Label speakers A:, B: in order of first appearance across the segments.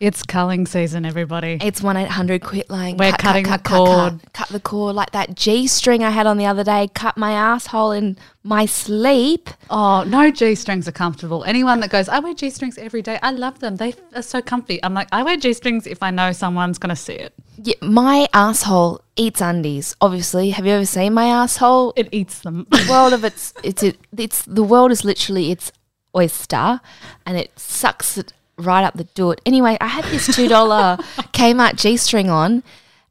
A: It's culling season, everybody.
B: It's 1 800 quit line.
A: We're cutting the cord.
B: Cut, cut the cord like that G string I had on the other day, cut my asshole in my sleep.
A: Oh, no G strings are comfortable. Anyone that goes, I wear G strings every day, I love them. They are so comfy. I'm like, I wear G strings if I know someone's going to see it.
B: Yeah, my asshole eats undies, obviously. Have you ever seen my asshole?
A: It eats them.
B: world of its, it's, it, it's, the world is literally its oyster and it sucks it right up the doot. Anyway, I had this two dollar Kmart G string on,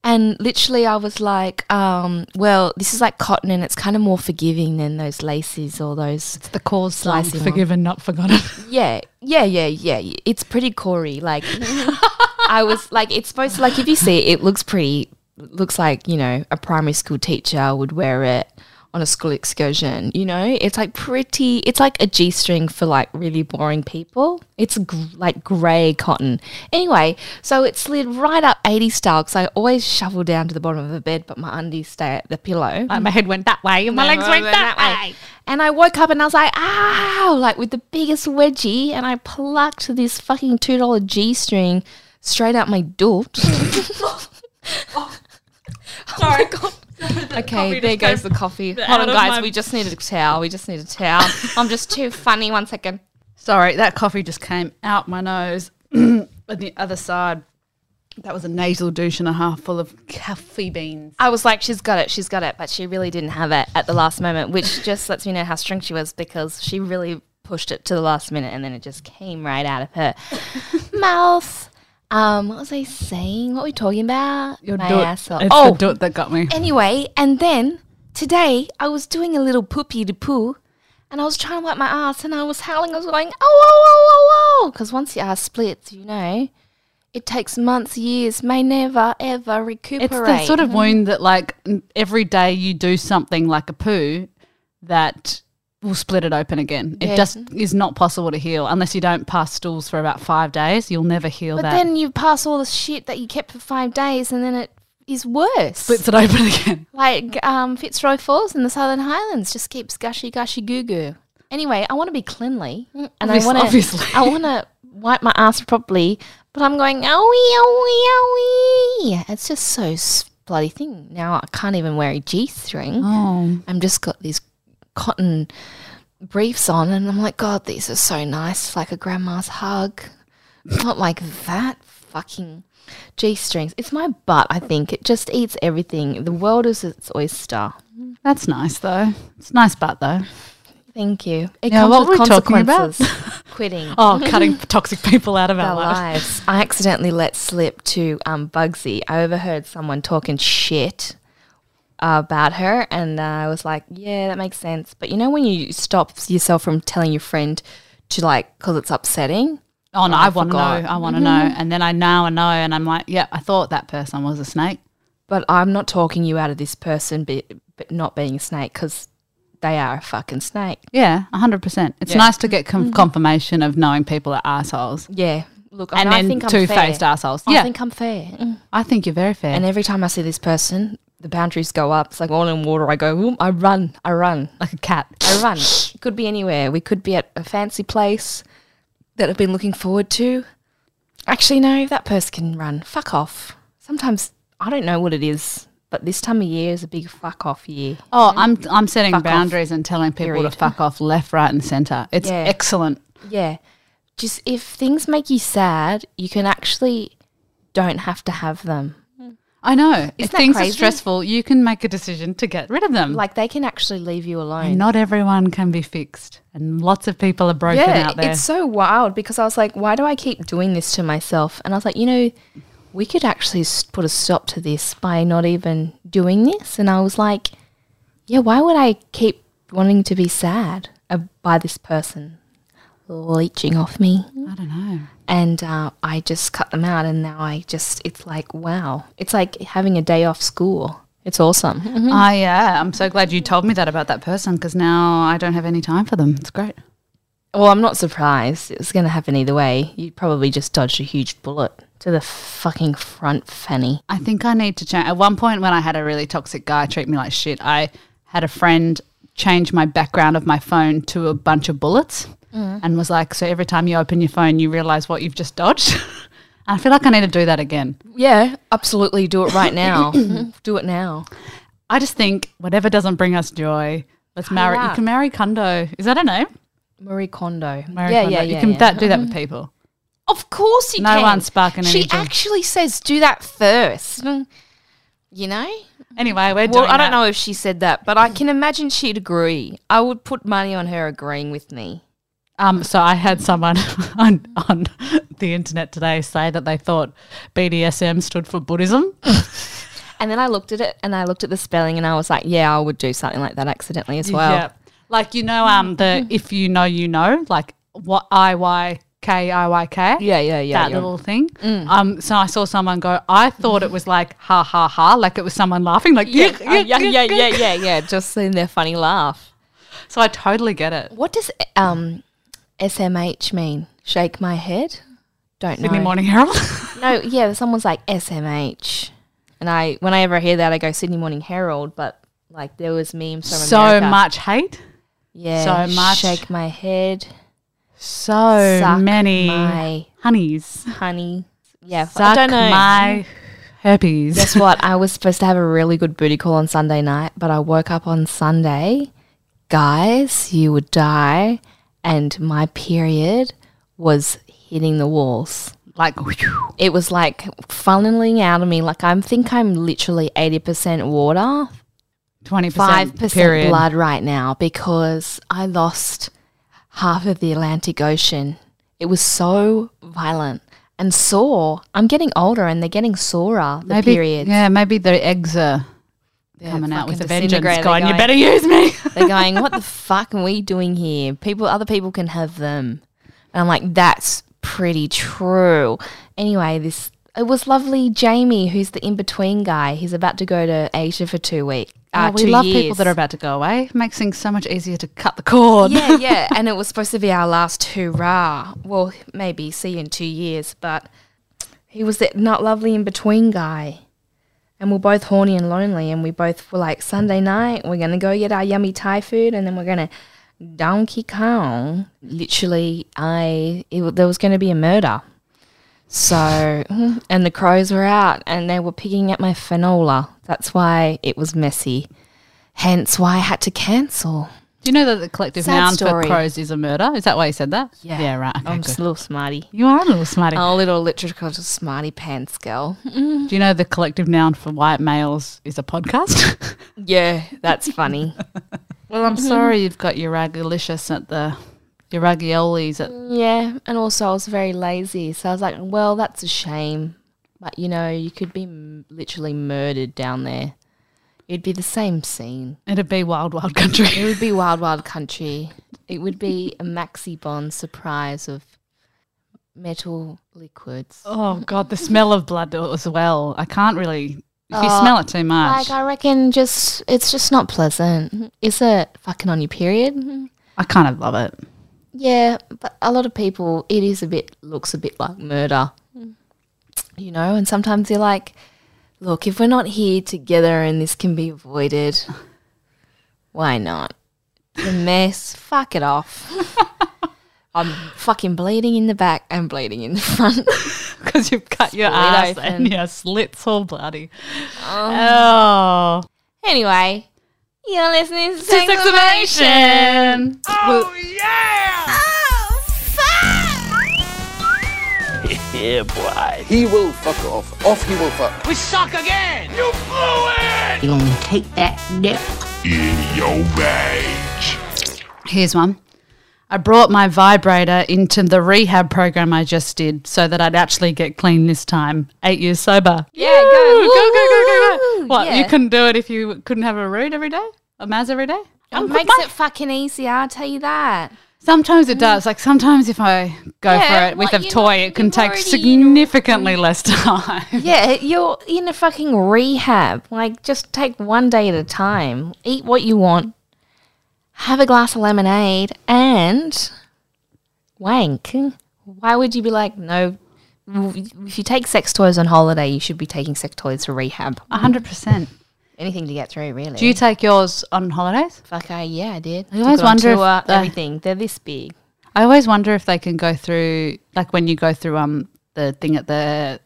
B: and literally I was like, um, "Well, this is like cotton, and it's kind of more forgiving than those laces or those."
A: the cause
B: Slicing
A: slicing. Forgiven, not forgotten.
B: Yeah, yeah, yeah, yeah. y- It's pretty corey. Like I was like, it's supposed to like if you see it, it looks pretty. Looks like you know a primary school teacher would wear it on a school excursion. You know, it's like pretty. It's like a g string for like really boring people. It's gr- like grey cotton. Anyway, so it slid right up eighty style because I always shovel down to the bottom of the bed, but my undies stay at the pillow.
A: like my head went that way and my legs went that, way.
B: And I woke up and I was like, ow, like with the biggest wedgie. And I plucked this fucking $2 G string straight out my doot.
A: Oh.
B: Sorry. Okay, there goes the coffee. Hold on,
A: out of
B: guys.
A: my-
B: We just need a towel. We just need a towel. I'm just too funny. One second.
A: Sorry, that coffee just came out my nose. On the other side, that was a nasal douche and a half full of coffee beans.
B: I was like, she's got it, she's got it, but she really didn't have it at the last moment, which just lets me know how strong she was because she really pushed it to the last minute and then it just came right out of her mouth. Um, what was I saying? What were we talking about?
A: Your
B: My
A: doot-
B: asshole.
A: It's
B: Oh,
A: the doot that got me.
B: anyway, and then today I was doing a little poopy to poo and I was trying to wipe my ass and I was howling. I was going, oh, oh, oh, oh, oh. Because once your ass splits, you know, it takes months, years, may never, ever recuperate.
A: It's the sort of wound that, like, n- every day you do something like a poo that will split it open again.
B: Yeah.
A: It just is not possible to heal unless you don't pass stools for about five days. You'll never heal
B: But
A: that.
B: then you pass all the shit that you kept for five days, and then it is worse.
A: splits it open again.
B: like um, Fitzroy Falls in the Southern Highlands just keeps gushy gushy goo goo. Anyway, I want to be cleanly, and
A: Obvious-
B: I want to
A: obviously.
B: I want to wipe my ass properly, but I'm going owie owie owie. It's just so s- bloody thing. Now I can't even wear a g string.
A: Oh,
B: I'm just got these cotton briefs on, and I'm like, God, these are so nice, like a grandma's hug. Not like that fucking g strings. It's my butt. I think it just eats everything. The world is its oyster.
A: that's nice though. It's a nice butt though.
B: Thank you. It
A: Yeah,
B: comes
A: what
B: with
A: were we talking about?
B: consequences. Quitting.
A: Oh, cutting toxic people out of our
B: Our
A: lives.
B: lives. I accidentally let slip to um, Bugsy. I overheard someone talking shit about her, and uh, I was like, "Yeah, that makes sense." But you know, when you stop yourself from telling your friend to like, because it's upsetting.
A: Oh no,
B: Oh, I
A: I, want to know.
B: forgot. Mm-hmm.
A: I want to know. And then I now I know, and I'm like, yeah, I thought that person was a snake.
B: But I'm not talking you out of this person, but, but not being a snake because they are a fucking snake.
A: Yeah, hundred percent. It's nice to get
B: Mm-hmm.
A: com- confirmation of knowing people are assholes.
B: Yeah. Look,
A: And
B: I, I
A: then
B: think I'm
A: two
B: fair.
A: faced assholes.
B: I
A: yeah,
B: think I'm fair. Mm.
A: I think you're very fair.
B: And every time I see this person, the boundaries go up. It's like all in water. I go, "Whoom," I run, I run.
A: like a cat.
B: a run. It could be anywhere. We could be at a fancy place that I've been looking forward to. Actually, no, that person can run. Fuck off. Sometimes I don't know what it is, but this time of year is a big fuck off year.
A: Oh, I'm I'm setting
B: Fuck off.
A: boundaries and telling people
B: Period.
A: to fuck off left, right, and centre. It's
B: Yeah.
A: excellent.
B: Yeah. Just if things make you sad, you can actually don't have to have them.
A: I know. if
B: that
A: things
B: crazy?
A: are stressful, you can make a decision to get rid of them.
B: Like they can actually leave you alone.
A: And not everyone can be fixed, and lots of people are broken out there.
B: It's so wild because I was like, why do I keep doing this to myself? And I was like, you know, we could actually s- put a stop to this by not even doing this. And I was like, yeah, why would I keep wanting to be sad uh, by this person leeching off me?
A: I don't know.
B: And uh, I just cut them out. And now I just, it's like, wow. It's like having a day off school. It's awesome.
A: Ah, yeah. I'm so glad you told me that about that person because now I don't have any time for them. It's great.
B: Well, I'm not surprised. It was going to happen either way. You probably just dodged a huge bullet to the fucking front fanny.
A: I think I need to change. At one point, when I had a really toxic guy treat me like shit, I had a friend change my background of my phone to a
B: Mm.
A: bunch of bullets and was like, So every time you open your phone, you realize what you've just dodged. I feel like I need to do that again.
B: Yeah, absolutely. Do it right now. do it now.
A: I just think whatever doesn't bring us joy, let's marry.
B: Ah, yeah.
A: You can marry Kondo. Is that a name?
B: Marie Kondo.
A: Marry
B: yeah,
A: Kondo.
B: yeah,
A: You
B: yeah,
A: can
B: yeah. Mm.
A: that do that with people.
B: Of course you
A: No
B: can.
A: one's sparking any
B: She
A: joy.
B: actually says do that first. Mm, You know?
A: Anyway, we're
B: Well,
A: doing
B: I
A: that.
B: don't know if she said that, but I can imagine she'd agree. I would put money on her agreeing with me.
A: Um, so I had someone on, on the internet today say that they thought BDSM stood for Buddhism.
B: And then I looked at it and I looked at the spelling and I was like, yeah, I would do something like that accidentally as well.
A: Yeah. Like you know, um, the if you know, you know, like what I Y K I Y K.
B: Yeah, yeah, yeah. Mm.
A: That
B: you're-
A: little thing. Um, so I saw someone go. I thought it was like ha ha ha, like it was someone laughing, like
B: yeah,
A: "Yuck,
B: uh, yeah,
A: yuck,
B: yeah,
A: yuck,
B: yeah,
A: yuck."
B: yeah, yeah. Just seeing their funny laugh.
A: So I totally get it.
B: What does um, SMH mean? Shake my head? Don't
A: Sydney
B: know.
A: Morning Herald.
B: No, yeah, someone's like SMH, and I whenever I hear that, I go Sydney Morning Herald. But like there was memes from
A: so
B: America.
A: much hate.
B: yeah,
A: so much-
B: Shake my head,
A: So
B: Suck
A: many
B: my
A: honeys.
B: honey. Yeah, f- I
A: Suck
B: don't know.
A: my herpes.
B: Guess what? I was supposed to have a really good booty call on Sunday night, but I woke up on Sunday. Guys, you would die, and my period was hitting the walls.
A: Like whew.
B: it was like funneling out of me. Like I think I'm literally eighty percent water,
A: twenty
B: five
A: percent
B: percent
A: period.
B: blood right now because I lost half of the Atlantic Ocean. It was so violent and sore. I'm getting older and they're getting sorer. The
A: Maybe,
B: periods.
A: Yeah, maybe the eggs are coming out with a
B: fucking
A: vengeance.
B: disintegrating,
A: Going, you
B: going-
A: better use me.
B: They're going, what the fuck are we doing here? People, other people can have them. And I'm like, that's pretty true. Anyway, this it was lovely. Jamie, who's the in between guy, he's about to go to Asia for two weeks. Uh,
A: Oh, we
B: two
A: love people
B: years.
A: that are about to go away. Makes things so much easier to cut the cord.
B: yeah, yeah. And it was supposed to be our last hoorah. Well, maybe see you in two years, but he was that not lovely in between guy. And we're both horny and lonely, and we both were like, Sunday night, we're gonna go get our yummy Thai food, and then we're gonna Donkey Kong. Literally, I it, wa- there was gonna be a murder. So, and the crows were out, and they were picking at my finola. That's why it was messy. Hence, why I had to cancel.
A: Do you know that the collective
B: Sad
A: noun
B: story.
A: for crows is a murder? Is that why you said that? Yeah, Um, right. Okay,
B: I'm
A: good.
B: just a little smarty.
A: You are a little smarty.
B: A little literature smarty pants girl.
A: Do you know the collective noun for white males is a podcast? Mm-hmm.
B: Yeah, that's funny.
A: well, I'm sorry you've got your ragalicious at the your ragiolis at
B: yeah, and also I was very lazy, so I was like, well, that's a shame. But you know, you could be m- literally murdered down there. It'd be the same scene.
A: it'd be wild wild country.
B: It would be wild, wild country. It would be a maxi bond surprise of metal liquids.
A: oh god, the smell of blood as well. I can't really. If you smell it too much,
B: Like I reckon, just it's just not pleasant. Is it fucking on your period?
A: I kind of love it.
B: Yeah, but a lot of people, it is a bit, looks a bit like murder, you know? And sometimes you're like, look, if we're not here together and this can be avoided, why not? The mess, fuck it off. I'm fucking bleeding in the back and bleeding in the front.
A: Because you've cut your
B: Split
A: ass
B: open.
A: and your slits all bloody. Oh,
B: anyway, you're listening to
A: Sex
B: Sexclamation.
A: Exclamation. Well,
C: Yeah, boy.
D: He will fuck off. Off he will fuck.
C: We suck again. You blew it.
E: You're gonna take that nip.
C: In your rage.
A: Here's one. I brought my vibrator into the rehab program I just did so that I'd actually get clean this time. Eight years sober.
B: Yeah, go.
A: Woo,
B: Woo,
A: go, go, go, go,
B: woo,
A: go.
B: woo.
A: What, you
B: Yeah.
A: couldn't do it if you couldn't have a root every day? A Maz every day?
B: It makes it fucking easy, I'll tell you that.
A: Sometimes it does. Like sometimes if I go
B: Yeah,
A: for it with
B: what,
A: a
B: you
A: toy,
B: know,
A: it can
B: you've
A: take
B: already-
A: significantly less time.
B: Yeah, you're in a fucking rehab. Like, just take one day at a time. Eat what you want. Have a glass of lemonade and wank. Why would you be like, no? If you take sex toys on holiday, you should be taking sex toys to rehab.
A: hundred percent.
B: Anything to get through, really.
A: Do you take yours on holidays?
B: Fuck, I, yeah, I did.
A: always
B: Took it on
A: wonder if the-
B: everything. They're this big.
A: I always wonder if they can go through, like when you go through um the thing at the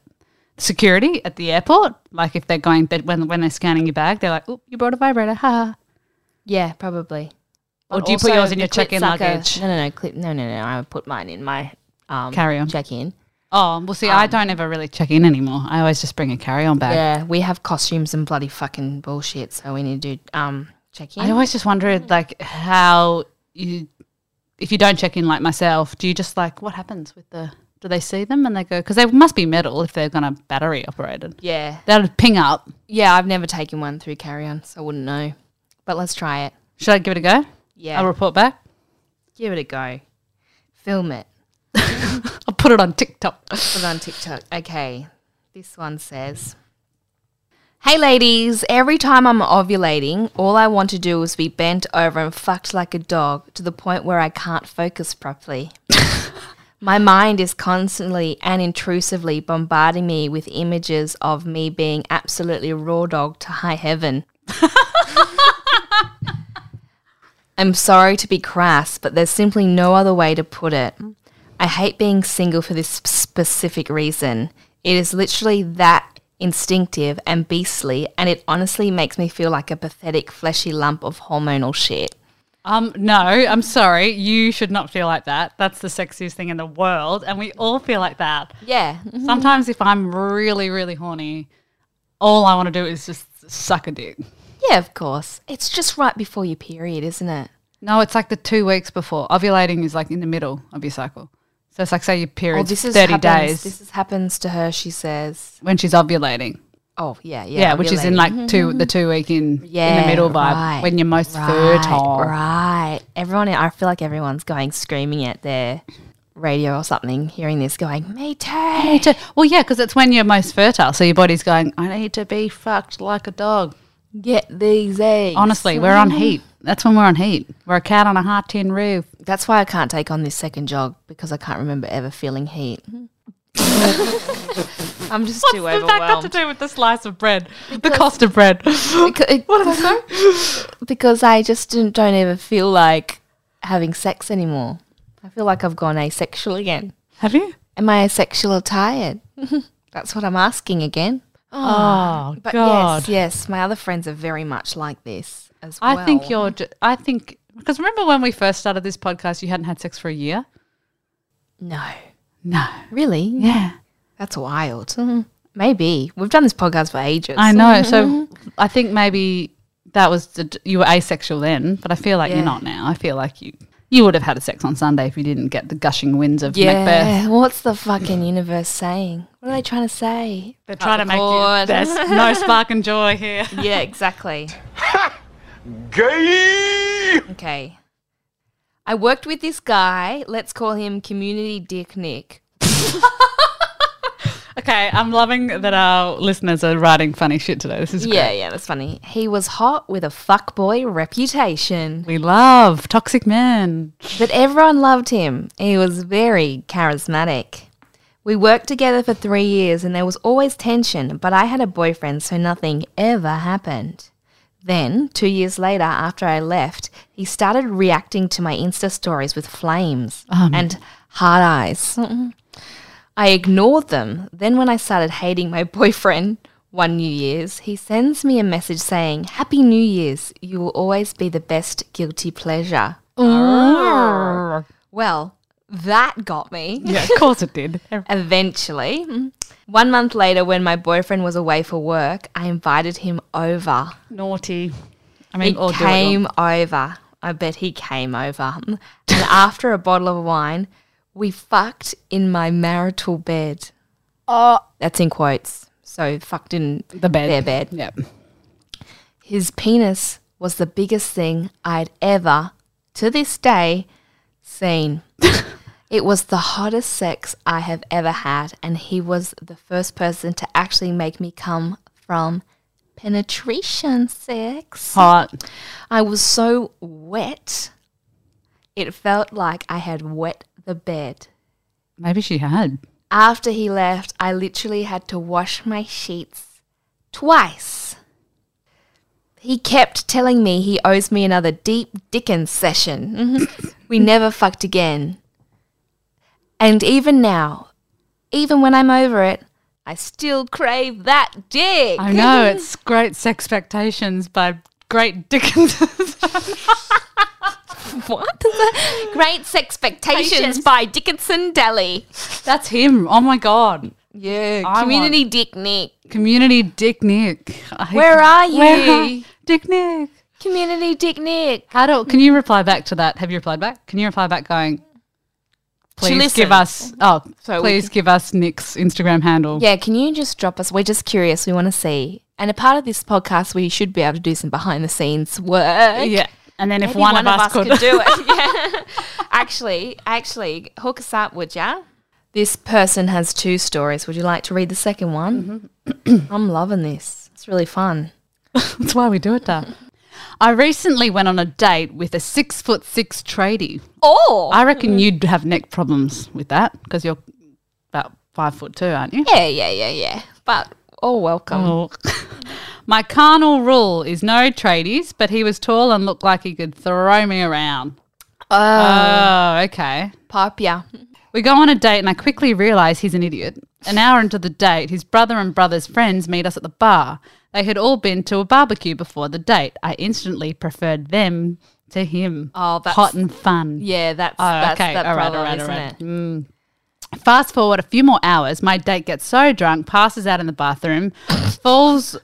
A: security at the airport. Like if they're going, they, when when they're scanning your bag, they're like, "Oh, you brought a vibrator, ha!"
B: Yeah, probably.
A: Or
B: But
A: do you put
B: also
A: yours in
B: the
A: your
B: clip
A: check-in
B: sucker-
A: luggage?
B: No, no, no, clip. No, no, no. I would put mine in my um,
A: Carry on.
B: check in.
A: Oh, well, see, I don't ever really check in anymore. I always just bring a carry-on bag.
B: Yeah, we have costumes and bloody fucking bullshit, so we need to do um check in.
A: I always just wondered, like, how you, if you don't check in like myself, do you just like what happens with the? Do they see them and they go? Because they must be metal if they're gonna battery operated.
B: yeah,
A: That'll ping up.
B: yeah. I've never taken one through carry on, so I wouldn't know. But let's try it.
A: Should I give it a go?
B: Yeah,
A: I'll report back.
B: give it a go. Film it.
A: I'll put it on TikTok.
B: Put it on TikTok. Okay, this one says. Hey ladies, every time I'm ovulating, all I want to do is be bent over and fucked like a dog to the point where I can't focus properly. My mind is constantly and intrusively bombarding me with images of me being absolutely raw dog to high heaven. I'm sorry to be crass, but there's simply no other way to put it. I hate being single for this sp- specific reason. It is literally that instinctive and beastly, and it honestly makes me feel like a pathetic, fleshy lump of hormonal shit.
A: Um, no, I'm sorry. You should not feel like that. That's the sexiest thing in the world, and we all feel like that.
B: Yeah.
A: Sometimes, if I'm really, really horny, all I want to do is just suck a dick.
B: Yeah, of course. It's just right before your period, isn't it?
A: No, it's like the two weeks before. Ovulating is like in the middle of your cycle. So it's like say your period's thirty days
B: happens, This Oh, is, happens to her, she says.
A: when she's ovulating.
B: Oh, yeah, yeah.
A: Yeah, which is in
B: ovulating. Mm-hmm.
A: like two the two week in, in
B: Yeah,
A: the middle vibe
B: right,
A: when you're most
B: Right,
A: fertile.
B: Right. Everyone, I feel like everyone's going screaming at their radio or something, hearing this, going, me too. Me
A: To- well, yeah, because it's when you're most fertile. So your body's going, I need to be fucked like a dog.
B: Get these eggs.
A: Honestly, we're on heat. That's when we're on heat. We're a cat on a hard tin roof.
B: That's why I can't take on this second jog because I can't remember ever feeling heat. I'm just too overwhelmed.
A: do with the slice of bread? the cost of bread.
B: Beca- because I just didn't, don't ever feel like having sex anymore. I feel like I've gone asexual again.
A: Have you?
B: Am I asexual or tired? That's what I'm asking again.
A: Oh,
B: Ah, But yes, yes, my other friends are very much like this as
A: I
B: well.
A: think you're. Ju- I think because remember when we first started this podcast, you hadn't had sex for a year.
B: No.
A: No.
B: Really?
A: Yeah.
B: That's wild. Mm, Maybe. We've done this podcast for ages.
A: Mm-hmm. I know. So I think maybe that was the, d- you were asexual then, but I feel like
B: Yeah.
A: you're not now. I feel like you you would have had sex on Sunday if you didn't get the gushing winds of
B: Yeah.
A: Macbeth.
B: What's the fucking universe saying? What are they trying to say?
A: They're trying to make
B: cord.
A: you. There's no spark and joy here.
B: Yeah, exactly.
C: Gay!
B: Okay. I worked with this guy. Let's call him Community Dick Nick.
A: Okay, I'm loving that our listeners are writing funny shit today. This is
B: Yeah,
A: great.
B: yeah, that's funny. He was hot with a fuckboy reputation,
A: We love toxic men.
B: but everyone loved him. He was very charismatic. We worked together for three years and there was always tension, but I had a boyfriend, so nothing ever happened. Then, two years later, after I left, he started reacting to my Insta stories with flames and hard eyes. I ignored them. Then, when I started hating my boyfriend one New Year's, he sends me a message saying, Happy New Year's. You will always be the best guilty pleasure. Well, that got me.
A: Yeah, of course it did.
B: Eventually, Mm. one month later, when my boyfriend was away for work, I invited him over.
A: Naughty. I
B: He
A: mean, all
B: came over. I bet he came over. And after a bottle of wine, we fucked in my marital bed. Oh. That's in quotes. So, fucked in
A: the bed.
B: their bed.
A: Yep.
B: His penis was the biggest thing I'd ever, to this day, seen. it was the hottest sex I have ever had, and he was the first person to actually make me come from penetration sex.
A: Hot.
B: I was so wet, it felt like I had wet the bed.
A: Maybe she had.
B: After he left, I literally had to wash my sheets twice. He kept telling me he owes me another deep Dickens session. Mhm. we never fucked again. And even now, even when I'm over it, I still crave that dick.
A: I know it's great expectations by great Dickens.
B: What? Great expectations by Dickinson Deli.
A: That's him. Oh my god.
B: Yeah,
A: I
B: community dick Nick.
A: Community Dick Nick. I-
B: Where are you?
A: Where- Dick Nick.
B: Community dick Nick.
A: How do can you reply back to that? Have you replied back? Can you reply back going Please give
B: listened.
A: us oh
B: So we
A: please give us Nick's Instagram handle.
B: Yeah, can you just drop us? We're just curious. We want to see. And a part of this podcast, we should be able to do some behind the scenes work.
A: Yeah. And then if
B: Maybe
A: one, of us, could,
B: do it. Yeah. actually, actually, hook us up, would ya? This person has two stories. Would you like to read the second one?
A: Mm-hmm.
B: I'm loving this. It's really fun.
A: That's why we do it, Dar. I recently went on a date with a six foot six tradie.
B: Oh,
A: I reckon you'd have neck problems with that because you're about five foot two, aren't you?
B: yeah, yeah, yeah, yeah. But oh, welcome.
A: Oh. My carnal rule is no tradies, but he was tall and looked like he could throw me around.
B: Uh,
A: Oh, okay.
B: Papia.
A: We go on a date, and I quickly realise he's an idiot. An hour into the date, his brother and brother's friends meet us at the bar. They had all been to a barbecue before the date. I instantly preferred them to him.
B: Oh, that's-
A: hot and fun.
B: Yeah, that's
A: Oh,
B: that's
A: okay.
B: that
A: All right, all
B: problem,
A: right, all right.
B: isn't it?
A: Fast forward a few more hours, my date gets so drunk, passes out in the bathroom, falls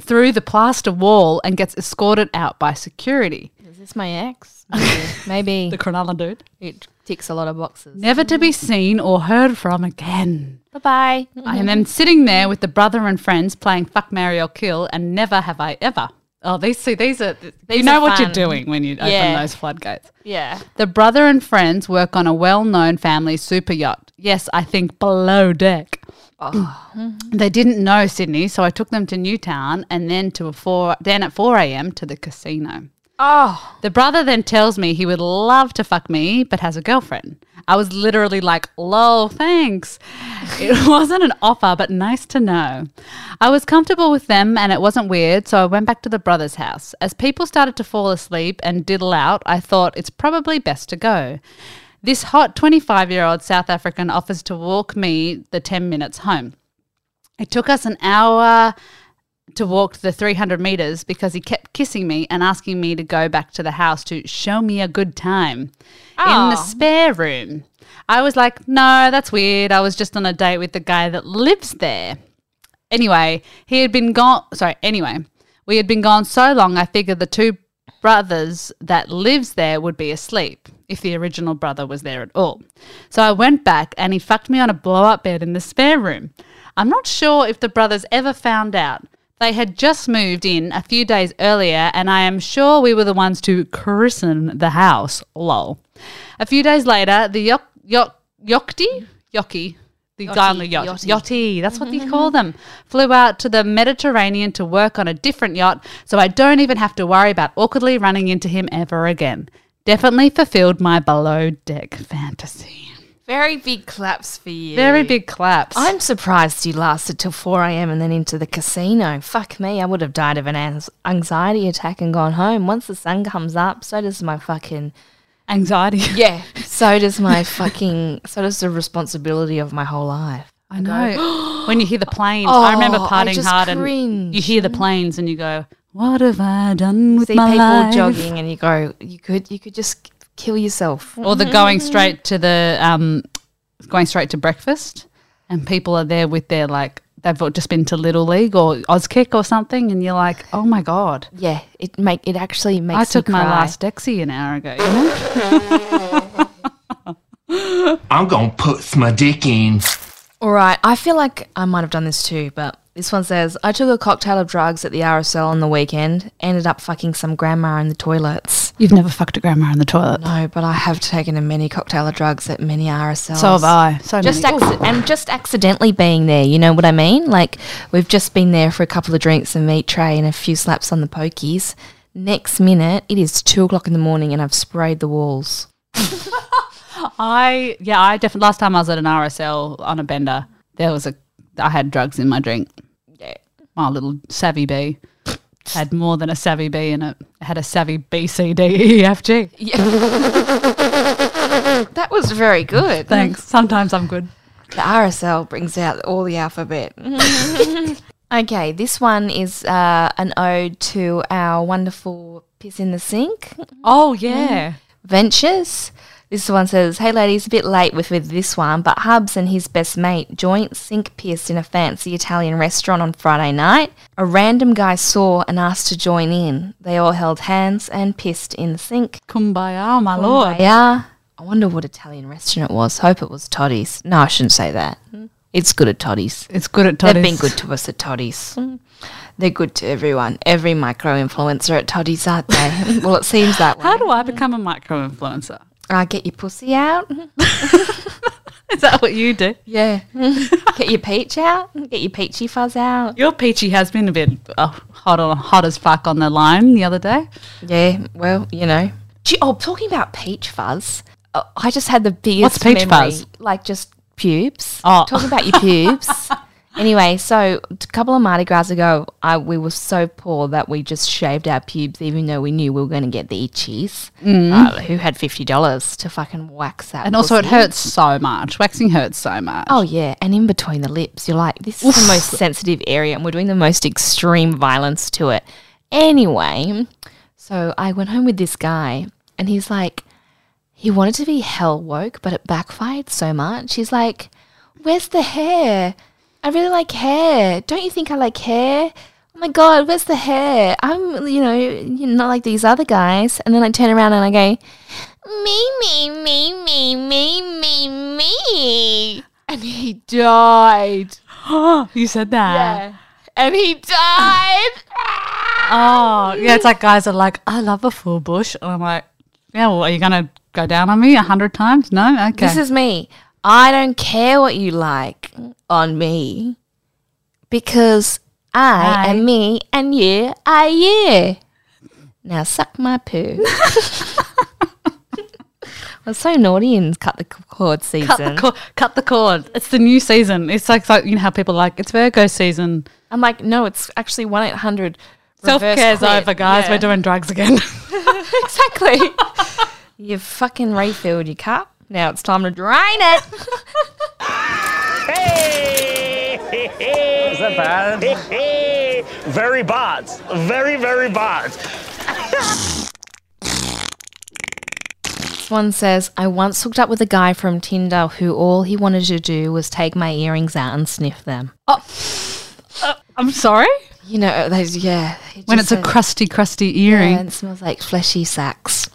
A: through the plaster wall, and gets escorted out by security.
B: Is this my ex? Maybe, Maybe
A: Mm. The Cronulla dude.
B: it ticks a lot of boxes.
A: Never to be seen or heard from again.
B: Bye bye.
A: And
B: Mm-hmm.
A: then sitting there with the brother and friends playing Fuck Marry or Kill, and never have I ever. Oh, these see these are you
B: These
A: know
B: are
A: what you're
B: fun.
A: doing when you open
B: Yeah.
A: those floodgates.
B: Yeah.
A: The brother and friends work on a well known family super yacht. Yes, I think below deck.
B: Oh.
A: they didn't know Sydney, so I took them to Newtown and then to a four then at four AM to the casino.
B: Oh,
A: The brother then tells me he would love to fuck me, but has a girlfriend. I was literally like, lol, thanks. It wasn't an offer, but nice to know. I was comfortable with them and it wasn't weird, so I went back to the brother's house. As people started to fall asleep and diddle out, I thought it's probably best to go. This hot 25 year old South African offers to walk me the 10 minutes home. It took us an hour to walk the 300 meters because he kept kissing me and asking me to go back to the house to show me a good time in the
B: Aw.
A: spare room. I was like, no, that's weird. I was just on a date with the guy that lives there. Anyway, he had been gone. Sorry, anyway, we had been gone so long, I figured the two brothers that lives there would be asleep if the original brother was there at all. So I went back and he fucked me on a blow up bed in the spare room. I'm not sure if the brothers ever found out. They had just moved in a few days earlier, and I am sure we were the ones to christen the house. Lol. A few days later, the yok yok yokti yoki, the guy on the yacht,
B: yachty.
A: yachty. That's what they call
B: Mm-hmm.
A: them. Flew out to the Mediterranean to work on a different yacht, so I don't even have to worry about awkwardly running into him ever again. Definitely fulfilled my below deck fantasy.
B: very big claps for you.
A: Very big claps.
B: I'm surprised you lasted till 4 a.m. and then into the casino. Fuck me, I would have died of an ans- anxiety attack and gone home. Once the sun comes up, so does my fucking.
A: Anxiety.
B: Yeah. So does my fucking. So does the responsibility of my whole life.
A: I know. when you hear the planes, I remember
B: Oh, I
A: parting
B: just
A: hard and
B: cringe.
A: you hear the planes and you go, "What have I done with
B: See
A: my
B: people
A: life?"
B: jogging and you go, you could, you could just kill yourself.
A: Or the going straight to the um, going straight to breakfast, and people are there with their like they've just been to Little League or Auskick or something, and you're like, "Oh my god."
B: Yeah, it make it actually makes.
A: I took
B: me
A: my
B: cry.
A: last Dexy an hour ago. You know?
C: I'm gonna put my dick in.
B: All right, I feel like I might have done this too, but this one says I took a cocktail of drugs at the RSL on the weekend, ended up fucking some grandma in the toilets.
A: You've never fucked a grandma in the toilet.
B: No, but I have taken a many cocktail of drugs at many RSLs.
A: So have I. So
B: Just
A: many.
B: acci- and just accidentally being there, you know what I mean? Like we've just been there for a couple of drinks and meat tray and a few slaps on the pokies. Next minute, it is two o'clock in the morning and I've sprayed the walls.
A: I yeah, I definitely last time I was at an RSL on a bender, there was a I had drugs in my drink. Yeah. My little savvy bee had more than a savvy bee in it. It had a savvy B C D E F G.
B: That was very good.
A: Thanks. Sometimes I'm good.
B: The RSL brings out all the alphabet. okay, this one is uh, an ode to our wonderful piss in the sink
A: Oh yeah.
B: ventures. This one says, "Hey ladies, a bit late with, with this one, but Hubs and his best mate joint sink pierced in a fancy Italian restaurant on Friday night. A random guy saw and asked to join in. They all held hands and pissed in the sink.
A: Kumbaya, oh, my lord.
B: Yeah, I wonder what Italian restaurant it was. Hope it was Toddy's. No, I shouldn't say that. It's good at Toddy's.
A: It's good at
B: They've
A: toddies.
B: been good to us at Toddy's. They're good to everyone. Every micro influencer at Toddy's, aren't they? well, it seems that way.
A: How do I become a micro influencer?
B: Uh, get your pussy out.
A: Is that what you do?
B: Yeah. get your peach out. Get your peachy fuzz out.
A: Your peachy has been a bit uh, hot, on, hot as fuck on the line the other day.
B: Yeah. Well, you know. Gee, oh, talking about peach fuzz, uh, I just had the biggest.
A: What's peach
B: memory,
A: fuzz?
B: Like just pubes.
A: Oh.
B: Talking about your pubes. Anyway, so a couple of Mardi Gras ago, I, we were so poor that we just shaved our pubes, even though we knew we were going to get the itchies. Uh, who had fifty dollars to fucking wax that?
A: Mm. And also, it
B: pussy?
A: hurts so much. Waxing hurts so much.
B: Oh yeah, and in between the lips, you're like, this is the most sensitive area, and we're doing the most extreme violence to it. Anyway, so I went home with this guy, and he's like, he wanted to be hell woke, but it backfired so much. He's like, where's the hair? I really like hair. Don't you think I like hair? Oh my god, where's the hair? I'm, you know, you're not like these other guys. And then I turn around and I go, me, me, me, me, me, me, me. And he died. Oh.
A: you said that.
B: And he died.
A: Oh, yeah. It's like guys are like, I love a full bush. And I'm like, yeah, well, are you going to go down on me a hundred times? No? Okay.
B: This is me. I don't care what you like on me because I,
A: I-
B: am me and you are you. Now suck my poo. I was so naughty and cut the cord season.
A: cut, the cord, cut the cord. It's the new season. It's like, like you know how people are like, it's Virgo season.
B: I'm like, no, it's actually 1 800.
A: Self care's over, guys. We're doing drugs again.
B: exactly. You've fucking refilled your cup. Now it's time to drain it.
E: Is that bad? very bad. Very, very bad.
B: This one says, I once hooked up with a guy from Tinder who all he wanted to do was take my earrings out and sniff them.
A: Uh, I'm sorry?
B: You know, uh, those, yeah. it
A: When
B: just
A: it's a
B: says-
A: crusty, crusty earring.
B: Yeah, it smells like fleshy sacks.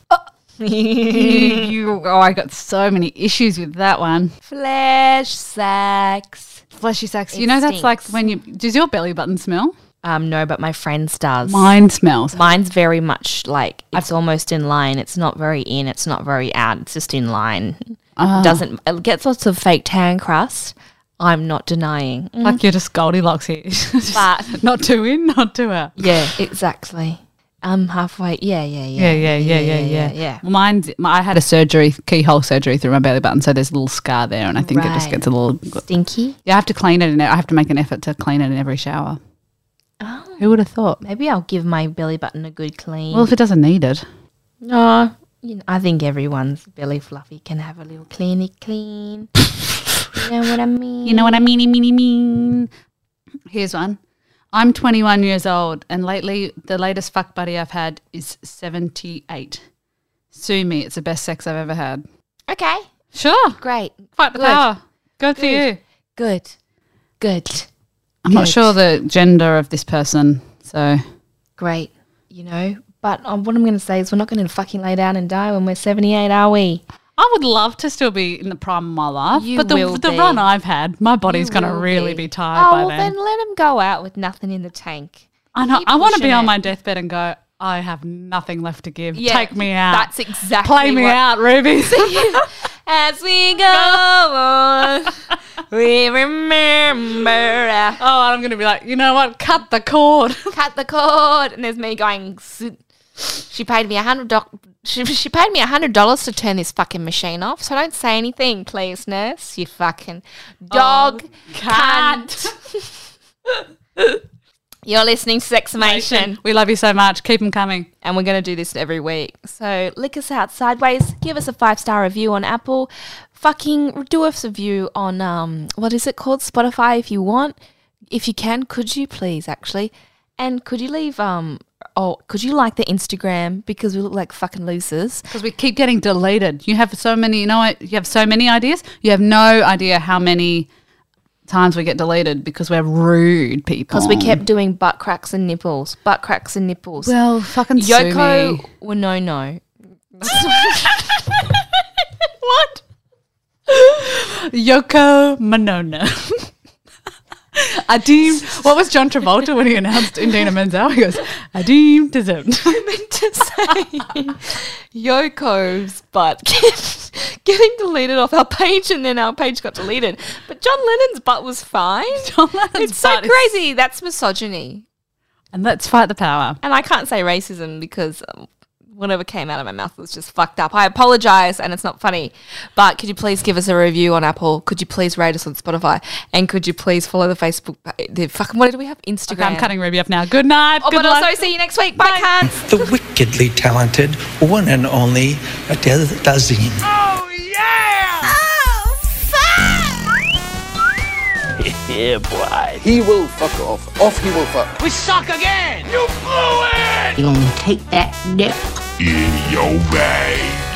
A: you, you, oh, I got so many issues with that one.
B: Flesh sacks.
A: Fleshy sacks. You know, that's like
B: stinks.
A: when you does your belly button smell?
B: Um, no, but my friend's does.
A: Mine smells.
B: Mine's very much like it's almost in line. It's not very in. It's not very out. It's just in line.
A: Ah.
B: Doesn't it gets lots of fake tan crust. I'm not denying.
A: Like you're just Goldilocks here. Just
B: Mm-hmm. But-
A: not too in, not too out.
B: Yeah, exactly. I'm halfway. Yeah, yeah, yeah.
A: Yeah, yeah, yeah, yeah, yeah.
B: yeah.
A: Well, Mine's, my, I had a surgery, keyhole surgery through my belly button, so there's a little scar there, and I think it just
B: Right.
A: gets a little.
B: Stinky.
A: You have to clean it, and I have to make an effort to clean it in every shower. Oh. Who would have thought?
B: Maybe I'll give my belly button a good clean.
A: Well, if it doesn't need it,
B: no, you know, I think everyone's belly fluffy can have a little cleany clean. you know what I mean?
A: You know what I meany, meany, mean? Here's one. I'm 21 years old, and lately the latest fuck buddy I've had is 78. Sue me, it's the best sex I've ever had.
B: Okay,
A: Sure,
B: great,
A: quite the
B: Good.
A: power. Good for you.
B: good, good.
A: I'm not
B: Good.
A: sure the gender of this person, so
B: great, you know. But um, what I'm going to say is, we're not going to fucking lay down and die when we're 78, are we?
A: I would love to still be in the prime of my life,
B: You
A: but the,
B: will
A: the
B: be.
A: run I've had, my body's
B: You
A: going to
B: will
A: really be, tired
B: oh,
A: by
B: well,
A: then.
B: then let him go out with nothing in the tank.
A: I know.
B: keep
A: I want to be
B: pushing
A: on
B: it.
A: my deathbed and go. I have nothing left to give.
B: Yeah,
A: Take me out.
B: that's exactly
A: Play me
B: what-
A: out, Ruby.
B: As we go on, we remember. our-
A: Oh, and I'm going to be like, you know what? Cut the cord.
B: cut the cord and there's me going "Zzz." she paid me a hundred doc she, she paid me a hundred dollars to turn this fucking machine off so don't say anything please nurse you fucking dog
A: Cunt.
B: cunt. You're listening to Sexmation.
A: We love you so much. Keep them coming.
B: and we're going to do this every week. So lick us out sideways. Give us a five star review on Apple. Fucking do us a review on um, what is it called? Spotify, if you want, if you can, could you please actually, and could you leave um, oh, could you like the Instagram because we look like fucking losers?
A: Because we keep getting deleted. You have so many, you know, what? you have so many ideas. You have no idea how many times we get deleted because we're rude people.
B: Because we kept doing butt cracks and nipples, butt cracks and nipples.
A: well, fucking Yoko.
B: Yoko well, no no.
A: What? Yoko Monona. Adim, what was John Travolta when he announced Indina Menzel? He goes, Adim Dizem.
B: meant to say Yoko's butt kept getting deleted off our page, and then our page got deleted. But John Lennon's butt was fine.
A: John Lennon's
B: it's so
A: butt is-
B: crazy. That's misogyny,
A: And let's fight the power.
B: and I can't say racism because um, whatever came out of my mouth was just fucked up. I apologize, and it's not funny. But could you please give us a review on Apple? Could you please rate us on Spotify? And could you please follow the Facebook? pa- The fucking what do we have? Instagram.
A: I'm cutting Ruby off now. Good night.
B: Oh,
A: good
B: but
A: luck.
B: also see you next week. Bye, Bye. cunts.
F: the wickedly talented one and only Adele Dazim.
E: Oh, yeah! yeah, boy.
D: He will fuck off. Off he will fuck.
E: We suck again! You blew it!
G: You're gonna take that nip
C: In your way.